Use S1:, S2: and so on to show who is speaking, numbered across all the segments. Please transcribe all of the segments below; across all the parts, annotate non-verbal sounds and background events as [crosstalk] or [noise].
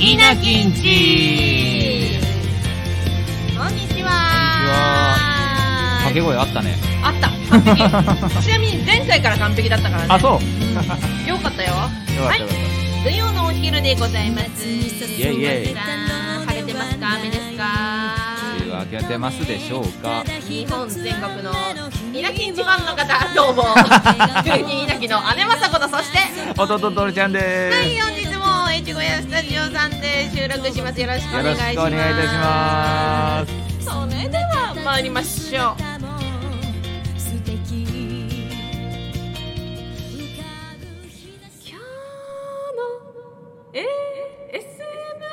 S1: ひなきんち
S2: こんにちは
S1: 掛け声あったね。
S2: あった完
S1: [laughs]
S2: 璧ちなみに前回から完璧だったからね
S1: あ、そう
S2: よかったよ
S1: よかったよかっ
S2: 土曜のお昼でございますイ
S1: エイイエイ
S2: 晴れてますか雨です
S1: た。梅
S2: か
S1: 雨明けてますでしょうか
S2: 日本全国の稲城一番の
S1: [laughs]
S2: 方どうも中に稲城の姉政子とそして
S1: 弟とるちゃんで
S2: はい本日も越後屋スタジオさんで収録しますよろしくお
S1: よ
S2: 願
S1: ろ
S2: い
S1: し
S2: し
S1: く
S2: ます
S1: お願いいたします。
S2: すそれでは参りましょう今日の ASMR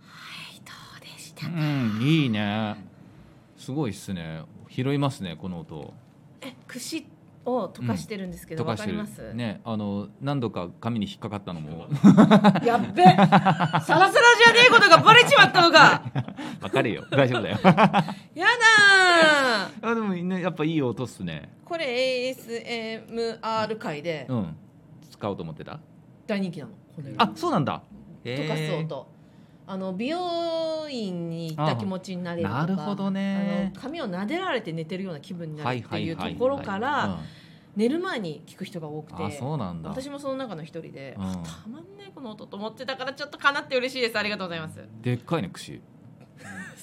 S2: どうでした
S1: うん、いいね。すごいっすね。拾いますね、この音。
S2: え串を溶かしてるんですけど、
S1: 溶
S2: わ
S1: か
S2: か
S1: し
S2: り
S1: て
S2: ます、
S1: る。ね、あの、何度か紙に引っかかったの
S2: [laughs]
S1: も。
S2: やっべえサラサラじゃねえことがバレちまった
S1: [laughs]
S2: のか
S1: わかるよ。大丈夫だ
S2: [laughs]
S1: よ。
S2: やだー
S1: あ、でもね、やっぱいい音っすね。
S2: これ ASMR 界で
S1: うん。使おうと思ってた。
S2: 大人気なのこれ
S1: あ、そうなんだ。
S2: 溶かす
S1: へー
S2: 音、あの美容院に行った気持ちになれるとか
S1: あなるほどね
S2: あの髪を撫でられて寝てるような気分になるっていうところか
S1: はいはい
S2: ら寝る前に聞く人が多くて
S1: はいはいうんあそうなんだ
S2: 私もその中の一人で、
S1: うん
S2: あたまんないこの音と思ってたからちょっとかなって嬉しいですありがとうございます
S1: でっかいね串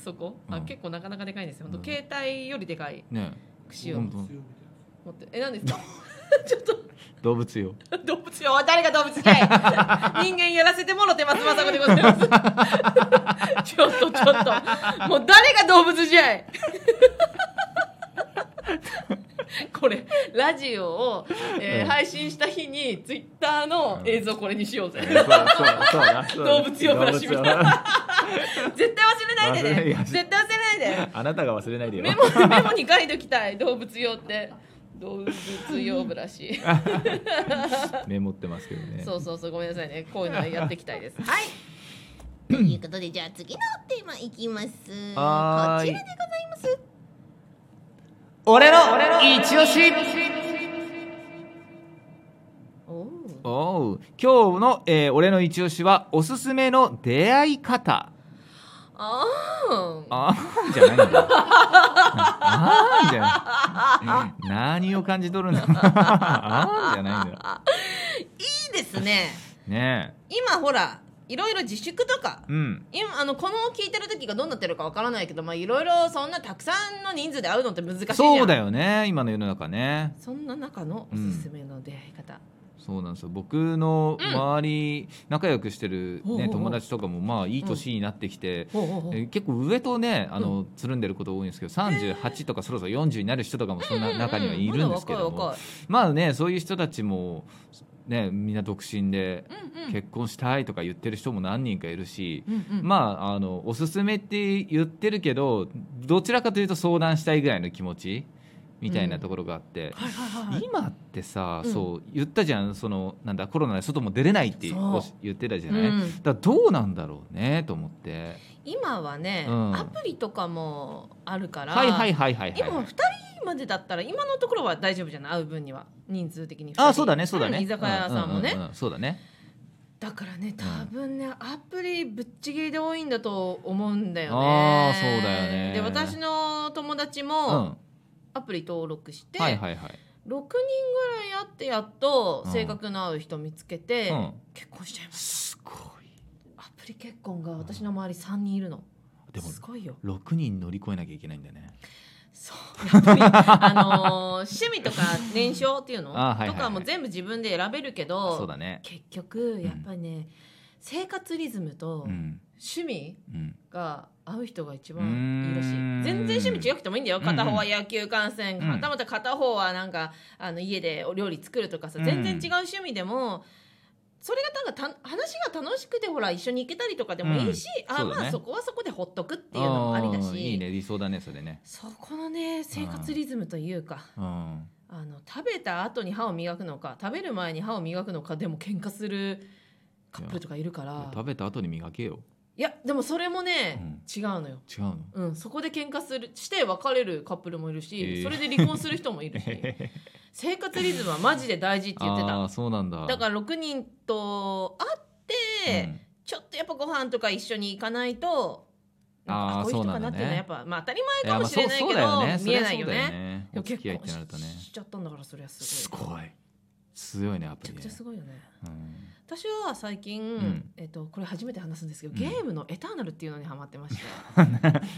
S2: そこ、あ
S1: うん
S2: 結構なかなかでかいんですよ、本
S1: うん
S2: 当携帯よりでかい
S1: ね
S2: 串を
S1: ほ
S2: 持
S1: んと
S2: ってえ何です
S1: [laughs]
S2: か [laughs] ちょっと
S1: 動物よ
S2: [laughs] 動物よ誰が動物
S1: [laughs]
S2: かい人間やらせてもろてますまさこでございますちょっとちょっともう誰が動物じ
S1: [laughs]
S2: ゃいこれラジオを、えー
S1: うん
S2: 配信した日にツイッターの映像これにしようぜ、
S1: そうそうそうやそうや
S2: 動物用ブラシみたい
S1: 動物用
S2: 絶対忘れな
S1: 忘れ
S2: いで
S1: ない
S2: ね
S1: や
S2: 絶対忘れ
S1: [laughs]
S2: ないで
S1: あなたが忘れないでよ
S2: メモメモに書いときたい動物用って動物用ブラシ
S1: メモってますけどね
S2: そうそうそうごめんなさいねこういうのやっていきたいです [laughs] はいということでじゃあ次のテーマいきます
S1: はーい
S2: こちらでございます
S1: 俺の一押し
S2: おお
S1: おう今日の、えー、俺の一押しはおすすめの出会い方
S2: あー
S1: あーじゃないんだよあーじゃない何を感じ取るんだあーじゃないんだよ
S2: いいですね
S1: ね
S2: 今ほらいろいろ自粛とか
S1: えうん
S2: 今あのこの聞いてる時がどうなってるかわからないけどまあいろいろそんなたくさんの人数で会うのって難しいじゃん
S1: そうだよね今の世の中ね
S2: そんな中のおすすめの出会い方、
S1: そうなんですよ僕の
S2: うん
S1: 周り、仲良くしてる、
S2: ほうほう
S1: ね、
S2: ほう
S1: 友達とかもまあいい年になってきて、
S2: ほうほうほう
S1: えー結構上とねあの、つるんでること多いんですけど38とかそろそろ40になる人とかもそんな中にはいるんですけど
S2: まだ
S1: も
S2: 若い
S1: まあねそういう人たちも、ね、みんな独身で
S2: 若いうんうん
S1: 結婚したいとか言ってる人も何人かいるし。
S2: うんうん
S1: まあ、あのおすすめって言ってるけどどちらかというと相談したいぐらいの気持ちみたいなところがあって、
S2: はいはいはいはい
S1: 今ってさ、
S2: うん
S1: そう言ったじゃんそのなんだコロナで外も出れないって
S2: そう
S1: おし言ってたじゃない、
S2: う
S1: だか
S2: ん
S1: らどうなんだろうねと思って
S2: 今はね、
S1: うん
S2: アプリとかもあるから、
S1: はいはいはいはいはい
S2: 今2人までだったら今のところは大丈夫じゃない会う分には人数的に二人
S1: あそうだねそうだね、
S2: ん居酒屋さんもね、
S1: ううううんそうだね
S2: だからね多分ねアプリぶっちぎりで多いんだと思うんだよね
S1: あーそうだよね
S2: で私の友達
S1: う
S2: も
S1: ん
S2: アプリ登録して、
S1: はいはいはい
S2: 6人ぐらい会ってやっと
S1: うん
S2: 性格の合う人見つけて、
S1: うん
S2: 結婚しちゃいまし
S1: すごい
S2: たアプリ結婚が私の周り3人いるの
S1: でも
S2: すごいよ
S1: 6人乗り越えなきゃいけないんだよね
S2: そうやっぱりあのー趣味とか年商っていうの
S1: あはいはいはい
S2: とかも全部自分で選べるけど
S1: そうだね
S2: 結局やっぱりね、生活リズムと
S1: うん
S2: 趣味
S1: うん
S2: が合う人が一番いいらしい全然趣味違くてもいいんだよ片方は野球観戦、
S1: うん
S2: またまた片方はなんかあの家でお料理作るとかさ全然違う趣味でもそれがなんかた話が楽しくてほら一緒に行けたりとかでもいいし、
S1: うん
S2: あ
S1: そうだね
S2: まあそこはそこでほっとくっていうのもありだ
S1: あー
S2: し
S1: いいね理想だねそれね
S2: そこのね生活リズムというか。
S1: うん
S2: あの食べた後に歯を磨くのか食べる前に歯を磨くのかでも喧嘩するカップルとかいるからいや
S1: 食べた後に磨けよ
S2: でもそれもね、
S1: うん
S2: 違うのよ、
S1: 違うの
S2: うん、そこで喧嘩するして別れるカップルもいるし、
S1: えー
S2: それで離婚する人もいるし
S1: [laughs]
S2: 生活リズムはマジで大事って言って
S1: あ
S2: た
S1: あそうなんだ
S2: だから6人と会って、ちょっとやっぱご飯とか一緒に行かないとなん
S1: あ
S2: か
S1: ー
S2: こういう人かな
S1: そうなんだね
S2: っていうのはやっぱ、まあ、当たり
S1: うん
S2: 前かもしれないけど
S1: やまあそう
S2: 見えないよ
S1: そりゃそうだ
S2: ね
S1: ね
S2: いや
S1: お付き合いってなるとね
S2: 結婚ししちゃったんだからそれはす
S1: す
S2: ごい
S1: ごい強いねやっぱ
S2: めち
S1: り
S2: ゃく
S1: ね
S2: ちゃすごいよね
S1: うん
S2: 私は最近、
S1: ん
S2: えっと、これ初めて話すんですけど、
S1: うん
S2: ゲームの「エターナル」っていうのにハマってまし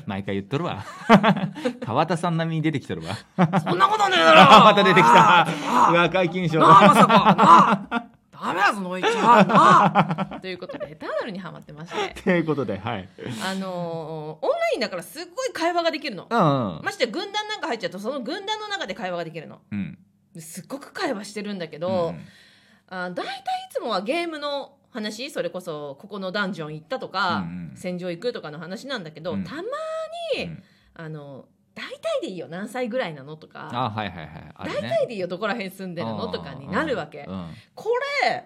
S1: 毎回言っとるわ [laughs] 川田さん並みに出てきとるわ
S2: た [laughs] そんなことねえだ
S1: [laughs] あ
S2: ろ
S1: また出てきた
S2: な
S1: うわ解禁賞
S2: あまさかなあダメだぞノイちゃ
S1: [laughs]
S2: んなあということで「エターナル」にハマってまして
S1: ということではい
S2: あのーオンラインだからすっごい会話ができるの
S1: うんうん
S2: ましてや軍団なんか入っちゃうとその軍団の中で会話ができるの
S1: うん
S2: ですっごく会話してるんだけ
S1: う
S2: ど、
S1: ん
S2: あ大体いつもはゲームの話それこそここのダンジョン行ったとか、
S1: うんうん
S2: 戦場行くとかの話なんだけど、
S1: うん
S2: たまに、
S1: うん
S2: あの大体でいいよ何歳ぐらいなのとか
S1: あはいはいはいあ
S2: 大
S1: るね
S2: 体でいいよどこら辺住んでるのとかになるわけ、
S1: うんうん
S2: これ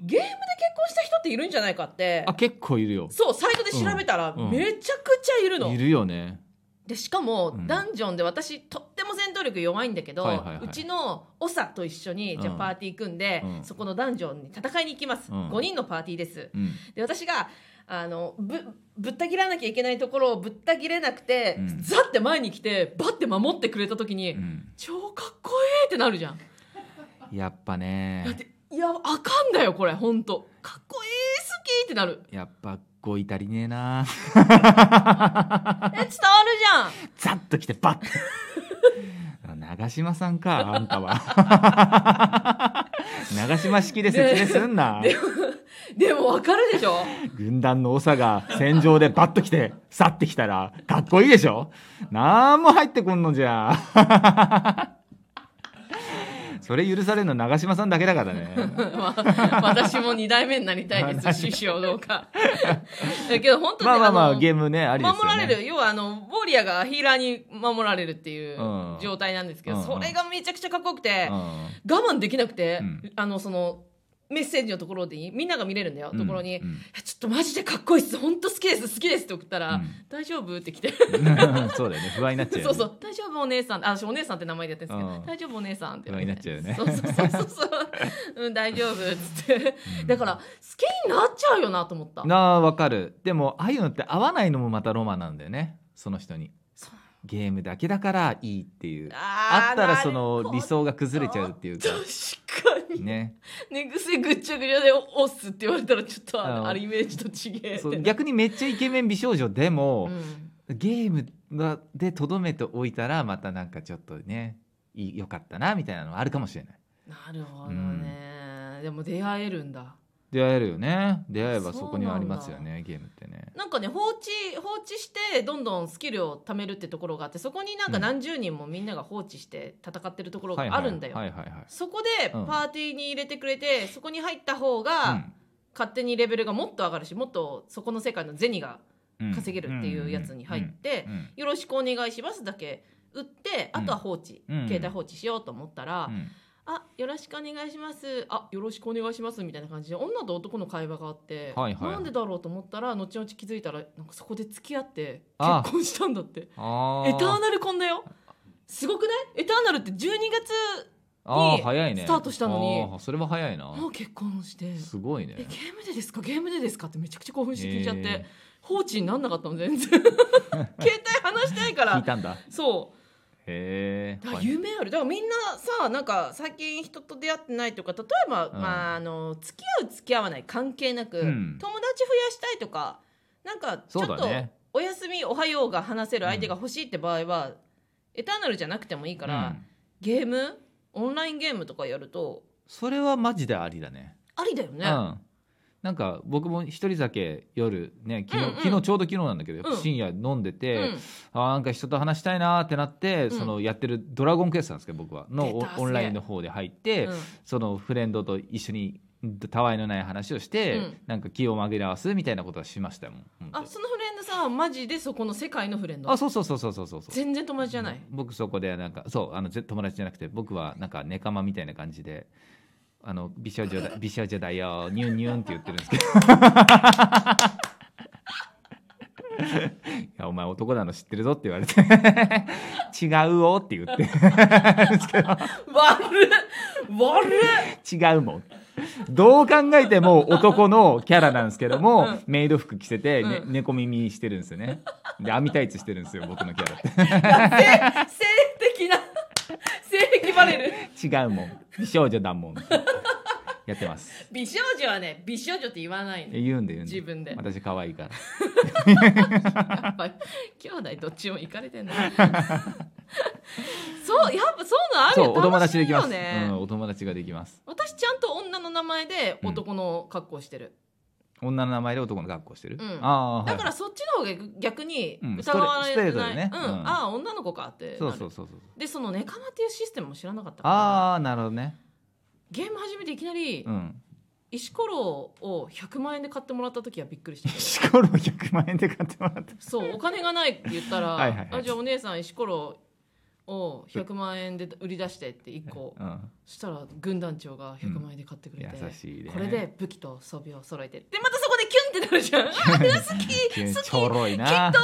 S2: ゲームで結婚した人っているんじゃないかって
S1: あ結構いるよ
S2: そうサイトで調べたら
S1: うんうん
S2: めちゃくちゃいるの、
S1: いるよね
S2: でしかも、
S1: うん
S2: ダンジョンで私とっても戦闘力弱いんだけど、
S1: はいはいはいう
S2: ちの長と一緒に、
S1: うん
S2: じゃあパーティー組んで、
S1: うん
S2: そこのダンジョンに戦いに行きます、
S1: うん
S2: 5人のパーティーです
S1: うん
S2: で私があのぶぶった切らなきゃいけないところをぶった切れなくて、
S1: うん
S2: ザッて前に来てバッて守ってくれた時に、
S1: うん
S2: 超かっこええってなるじゃん
S1: やっぱね
S2: だっていやあかんだよこれほんとかっこええ好きってなる
S1: やっぱ語彙足りねえな
S2: え伝わるじゃん
S1: ざっと来てバッて長嶋さんかあんたは [laughs] 長嶋式で説明すんな、
S2: でもわかるでしょ [laughs]
S1: 軍団の長が戦場でバッと来て去ってきたらかっこいいでしょなんも入ってこんのじゃ [laughs] それ許されるの長嶋さんだけだからね
S2: まあ、私も2代目になりたいです師匠どうかだけど本当に、
S1: まあまあまあ
S2: の
S1: ゲームねありですよね
S2: 守られる要はあのウォリアーがヒーラーに守られるっていう
S1: うん
S2: 状態なんですけど、
S1: うんうん
S2: それがめちゃくちゃかっこよくて、
S1: うん
S2: 我慢できなくて、
S1: うん
S2: あのそのメッセージのところでいいみんなが見れるんだよ、ところに、
S1: うんうん
S2: えちょっとマジでかっこいいっす本当好きです好きです」って送ったら「
S1: うん
S2: 大丈夫?」って来て
S1: そうだよね不安になっちゃうよね
S2: [laughs] そうそう「大丈夫お姉さん」あ私お姉さんって名前でやってるんですけ
S1: う
S2: ど
S1: ん
S2: 「大丈夫お姉さん」って
S1: 不安になっちゃうよね
S2: そうそうそうそうそう、うん、大丈夫っつってだから好きになっちゃうよなと思った
S1: なあわかるでもああいうのって合わないのもまたロマンなんだよねその人に
S2: そう
S1: ゲームだけだからいいっていう
S2: あー
S1: あったら
S2: なる
S1: その理想が崩れちゃうっていうか
S2: 確かに [laughs]
S1: ね
S2: 寝癖ぐっちゃぐちゃで押すって言われたらちょっとあ
S1: うん
S2: のあれイメージと違えって
S1: そう
S2: な
S1: 逆にめっちゃイケメン美少女でも
S2: う、ん
S1: ゲームがでとどめておいたらまたなんかちょっとねいい良かったなみたいなのはあるかもしれない
S2: なるほどね、でも出会えるんだ
S1: 出会えるよね出会えばそ
S2: そうなんだ
S1: こにありますよねゲームってね
S2: なんかね放置放置してどんどんスキルを貯めるってところがあってそこになんか何十人もみんなが放置して戦ってるところ
S1: はい
S2: が
S1: はい
S2: あるんだよ、
S1: はいはいはい
S2: そこでパ
S1: うん
S2: ーティーに入れてくれて、そこに入った方が勝手にレベルがもっと上がるしもっとそこの世界の銭が
S1: うん
S2: 稼げるっていうやつに入って
S1: うん
S2: 「よろしくお願いします」だけ打ってあとは放置、
S1: うん
S2: 携帯放置しようと思ったら「
S1: うん
S2: あよろしくお願いします」「あよろしくお願いします」みたいな感じで女と男の会話があって、
S1: はいはい
S2: なんでだろうと思ったら後々気づいたらなんかそこで付き合って
S1: あ
S2: 結婚したんだって
S1: あ
S2: エターナル婚だよすごくないエターナルって12月
S1: あー早いね
S2: スタートしたのに
S1: あーそれは早いな
S2: もう結婚して。
S1: すごいね
S2: えゲームでですかゲームでですかってめちゃくちゃ興奮して聞いちゃって、
S1: え
S2: 放置になんなかったの
S1: [laughs]
S2: 全然携帯話したいか
S1: ー聞い
S2: ら
S1: たんだ
S2: そう
S1: へえ
S2: だから夢あるだからみんなさなんか最近人と出会ってないとか例えば、
S1: うん
S2: まあ、あの付き合う付き合わない関係なく、
S1: うん
S2: 友達増やしたいとかなんかちょ
S1: そ
S2: っ
S1: うだ
S2: と
S1: ね
S2: お休みおはようが話せる相手が欲しいって場合は、エターナルじゃなくてもいいから、
S1: うん
S2: ゲームオンラインゲームとかやると
S1: それはマジでありだね
S2: ありだよね、
S1: うん、なんか僕も一人酒夜ね昨日,、
S2: うんうん
S1: 昨日ちょうど昨日なんだけど、
S2: うん
S1: 深夜飲んでて、
S2: うん
S1: あーなんか人と話したいなーってなって、
S2: うん
S1: そのやってるドラゴンクエストなんですけど僕はの
S2: 出た
S1: オンラインの方で入って、
S2: うん
S1: そのフレンドと一緒にたわいのない話をして、
S2: うん
S1: なんか気を紛らわすみたいなことはしましたよもん。本当
S2: あそのフレンドさんはマジでそこの世界のフレンド
S1: あそうそうそうそうそうそうそう。
S2: 全然友達じゃない、
S1: 僕そこでなんかそうあのぜ友達じゃなくて僕はなんかネカマみたいな感じで。あの美少女
S2: [laughs]
S1: だ美少女だよニュンニュンって言ってるんですけどいやお前男なの知ってるぞって言われて違うよって言って
S2: 悪っ悪
S1: [laughs]
S2: っ
S1: 違うもんどう考えても男のキャラなんですけども、
S2: うん
S1: メイド服着せて、ね
S2: う
S1: 猫耳してるんですよねで網タイツしてるんですよ僕のキャラっ
S2: 性的な性癖バレる
S1: て違うもん美少女だもんやってます
S2: 美少女はね美少女って言わないの
S1: 言うんで言うんで
S2: 自分で
S1: 私可愛いから
S2: やっぱ兄弟どっちも行かれてんの [laughs] そうやっぱそういうのある
S1: そう
S2: よ
S1: お友
S2: 楽し
S1: 達で
S2: い
S1: きま
S2: よ
S1: す、
S2: ね、
S1: うん、お友達ができます
S2: 私ちゃんと女の名前で男の格好してる、
S1: 女の名前で男の格好してる、
S2: うん
S1: ああ
S2: だからそっちの方が逆に
S1: うん
S2: 疑われ
S1: ストレ
S2: て
S1: ストレート
S2: ない、
S1: でね
S2: うん
S1: うん
S2: ああ女の子かってなる
S1: そうそうそうそう
S2: でそのネカマっていうシステムも知らなかったから
S1: ああなるほどね
S2: ゲーム始めていきなり
S1: うん
S2: 石ころを100万円で買ってもらった時はびっくりした
S1: 石ころ100万円で買ってもらった
S2: そうお金がないって言ったら
S1: はいはいはい
S2: あじゃあお姉さん石ころを100万円で売り出してって1個そしたら軍団長が100万円で買ってくれて、
S1: うん優しいね
S2: これで武器と装備を揃えてでまたそこでキュンってなるじゃんあれ [laughs] 好き
S1: うん
S2: 好き
S1: ちょろい
S2: きっ
S1: な
S2: と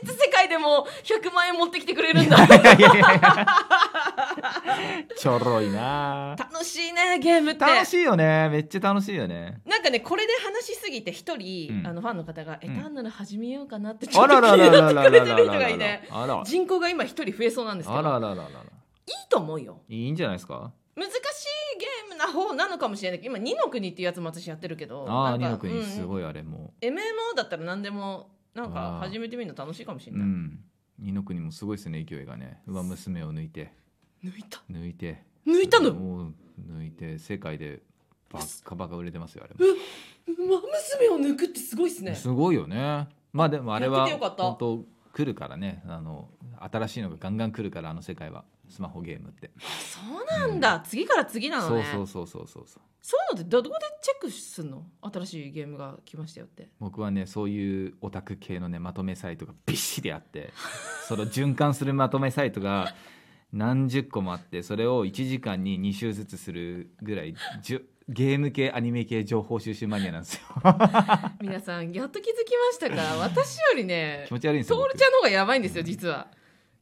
S2: 現実世界でも100万円持ってきてくれるんだ
S1: いやいやいやちょろいな
S2: 楽しいねゲームって
S1: 楽しいよねめっちゃ楽しいよね
S2: なんかねこれで話しすぎて一人、
S1: うん
S2: あのファンの方が「エ
S1: ん
S2: ターナル始めようかな」ってちょ
S1: あ
S2: っと
S1: ら
S2: 気
S1: ら
S2: に
S1: らら
S2: な
S1: ら
S2: って
S1: ららら
S2: くれ
S1: ら
S2: てる人がいて
S1: あら
S2: 人口が今一人増えそうなんですけ
S1: あ
S2: ど
S1: ららららら
S2: いいと思うよ
S1: いいんじゃないですか
S2: 難しいゲームな方なのかもしれないけど今「二の国」っていうやつも私やってるけど
S1: ああ二
S2: なん
S1: の
S2: か
S1: 国す
S2: うん
S1: ごいあれも
S2: MMO だったら何でもなん
S1: あー
S2: か始めてみるの楽しいかもし
S1: うう
S2: れない、
S1: ん二の国もすごいですね勢いがね馬娘を抜いて
S2: 抜いた
S1: 抜いて
S2: 抜いたの
S1: もう抜いて世界でバッカバカ売れてますよあれも
S2: 馬娘を抜くってすごいっすね
S1: すごいよねまあでもあれ
S2: やっ
S1: は
S2: ててよかった
S1: 本当来るからねあの新しいのがガンガン来るからあの世界はスマホゲームって
S2: そうなんだ、次から次なの
S1: そう
S2: ね
S1: そうそうそうそうそう
S2: そういうのってどどこでチェックすんの新しいゲームが来ましたよ
S1: [laughs]
S2: って
S1: 僕はねそういうオタク系のねまとめサイトが [laughs] びっしりあってその循環するまとめサイトが [laughs] 何十個もあってそれを1時間に2週ずつするぐらいじゅゲーム系アニメ系情報収集マニアなんですよ [laughs]
S2: 皆さんやっと気づきましたか私よりね
S1: 気持ち悪いんです
S2: ト
S1: よ
S2: ール
S1: 僕
S2: ちゃんの方がやばいんですよ実は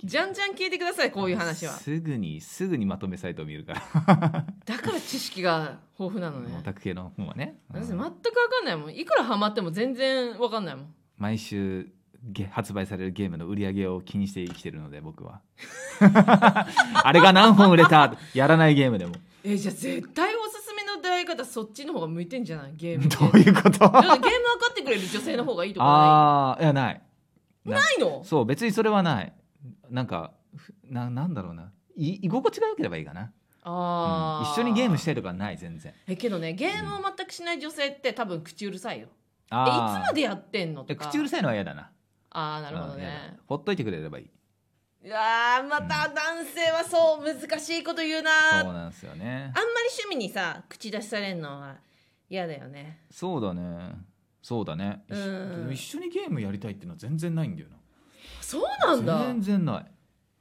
S2: じゃんじゃん聞いてくださいこういう話は
S1: すぐにすぐにまとめサイトを見るから
S2: だから知識が豊富なの
S1: オ
S2: ね
S1: タク系の本はね、うん
S2: 私全く分かんないもんいくらハマっても全然分かんないもん
S1: 毎週げ発売されるゲームの売り上げを気にして生きてるので僕
S2: [laughs]
S1: はあれが何本売れたやらないゲームでも
S2: えじゃあ絶対おすすめの出会い方そっちの方が向いてんじゃないゲー [laughs] ム
S1: どういうこと
S2: だからゲーム分かってくれる女性の方がいいと [laughs] かな
S1: ああいやない
S2: いないの
S1: そう別にそれはないなんかふななんだろうない居心地が良ければいいかな、う
S2: あ
S1: ん
S2: あ、
S1: 一緒にゲームしたいとかはない全然
S2: えけどねゲームを全くしない女性って多分口うるさいよ、えいつ
S1: あ
S2: までやってんのと
S1: い
S2: か
S1: や口うるさいのは嫌だな
S2: ああなるほど
S1: うん嫌
S2: ね
S1: だほっといてくれればいいう
S2: わーまた男性はそう難しいこと言うなーあん
S1: そう
S2: ま
S1: なんですよね
S2: り趣味にさ口出しされんのは嫌だよね
S1: そうだねそうだね一緒
S2: うん
S1: でも一緒にゲームやりたいっていうのは全然ないんだよな
S2: そうなんだ
S1: 全然ない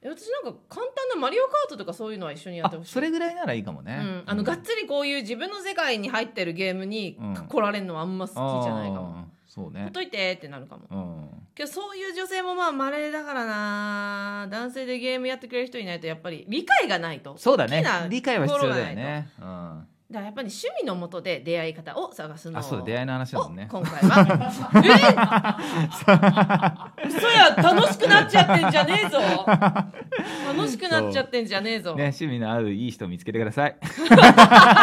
S2: え私なんか簡単なマリオカートとかそういうのは一緒にやって
S1: あ
S2: ほしい
S1: それぐらいならいいかも
S2: う
S1: ね、
S2: ん、あのがっつりこういう自分の世界に入ってるゲームに
S1: うん
S2: 来られるのはあんま好きじゃないかも、
S1: あーそう
S2: ほっ
S1: ね
S2: といてってなるかも
S1: うん
S2: けどそういう女性もまあ稀だからな男性でゲームやってくれる人いないとやっぱり理解がないと
S1: そうだね
S2: 好きな
S1: 理解は必要だよ
S2: 心がない
S1: ね、うん、あ
S2: だからやっぱり趣味のもとで出会い方を探すの
S1: そうだ出会いの話だもんね
S2: を今回は
S1: [laughs]
S2: え嘘や楽しくなっちゃってんじゃねえぞ楽しくなっちゃってんじゃねえぞ、
S1: ね趣味の合ういい人見つけてください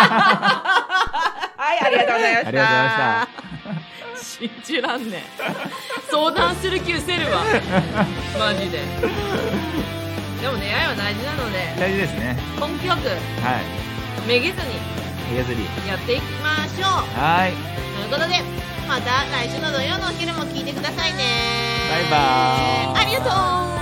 S2: はいありがとうございました
S1: ありがとうございました
S2: 信じらんねえ相談する気失せるわマジででも出会いは大事なので
S1: 大事ですね
S2: 根気よく
S1: はい
S2: めげずに
S1: やずり
S2: やっていきましょう
S1: はい
S2: ということでまた来週の土曜のお昼も聞いてくださいね
S1: バイバーイ
S2: ありがとう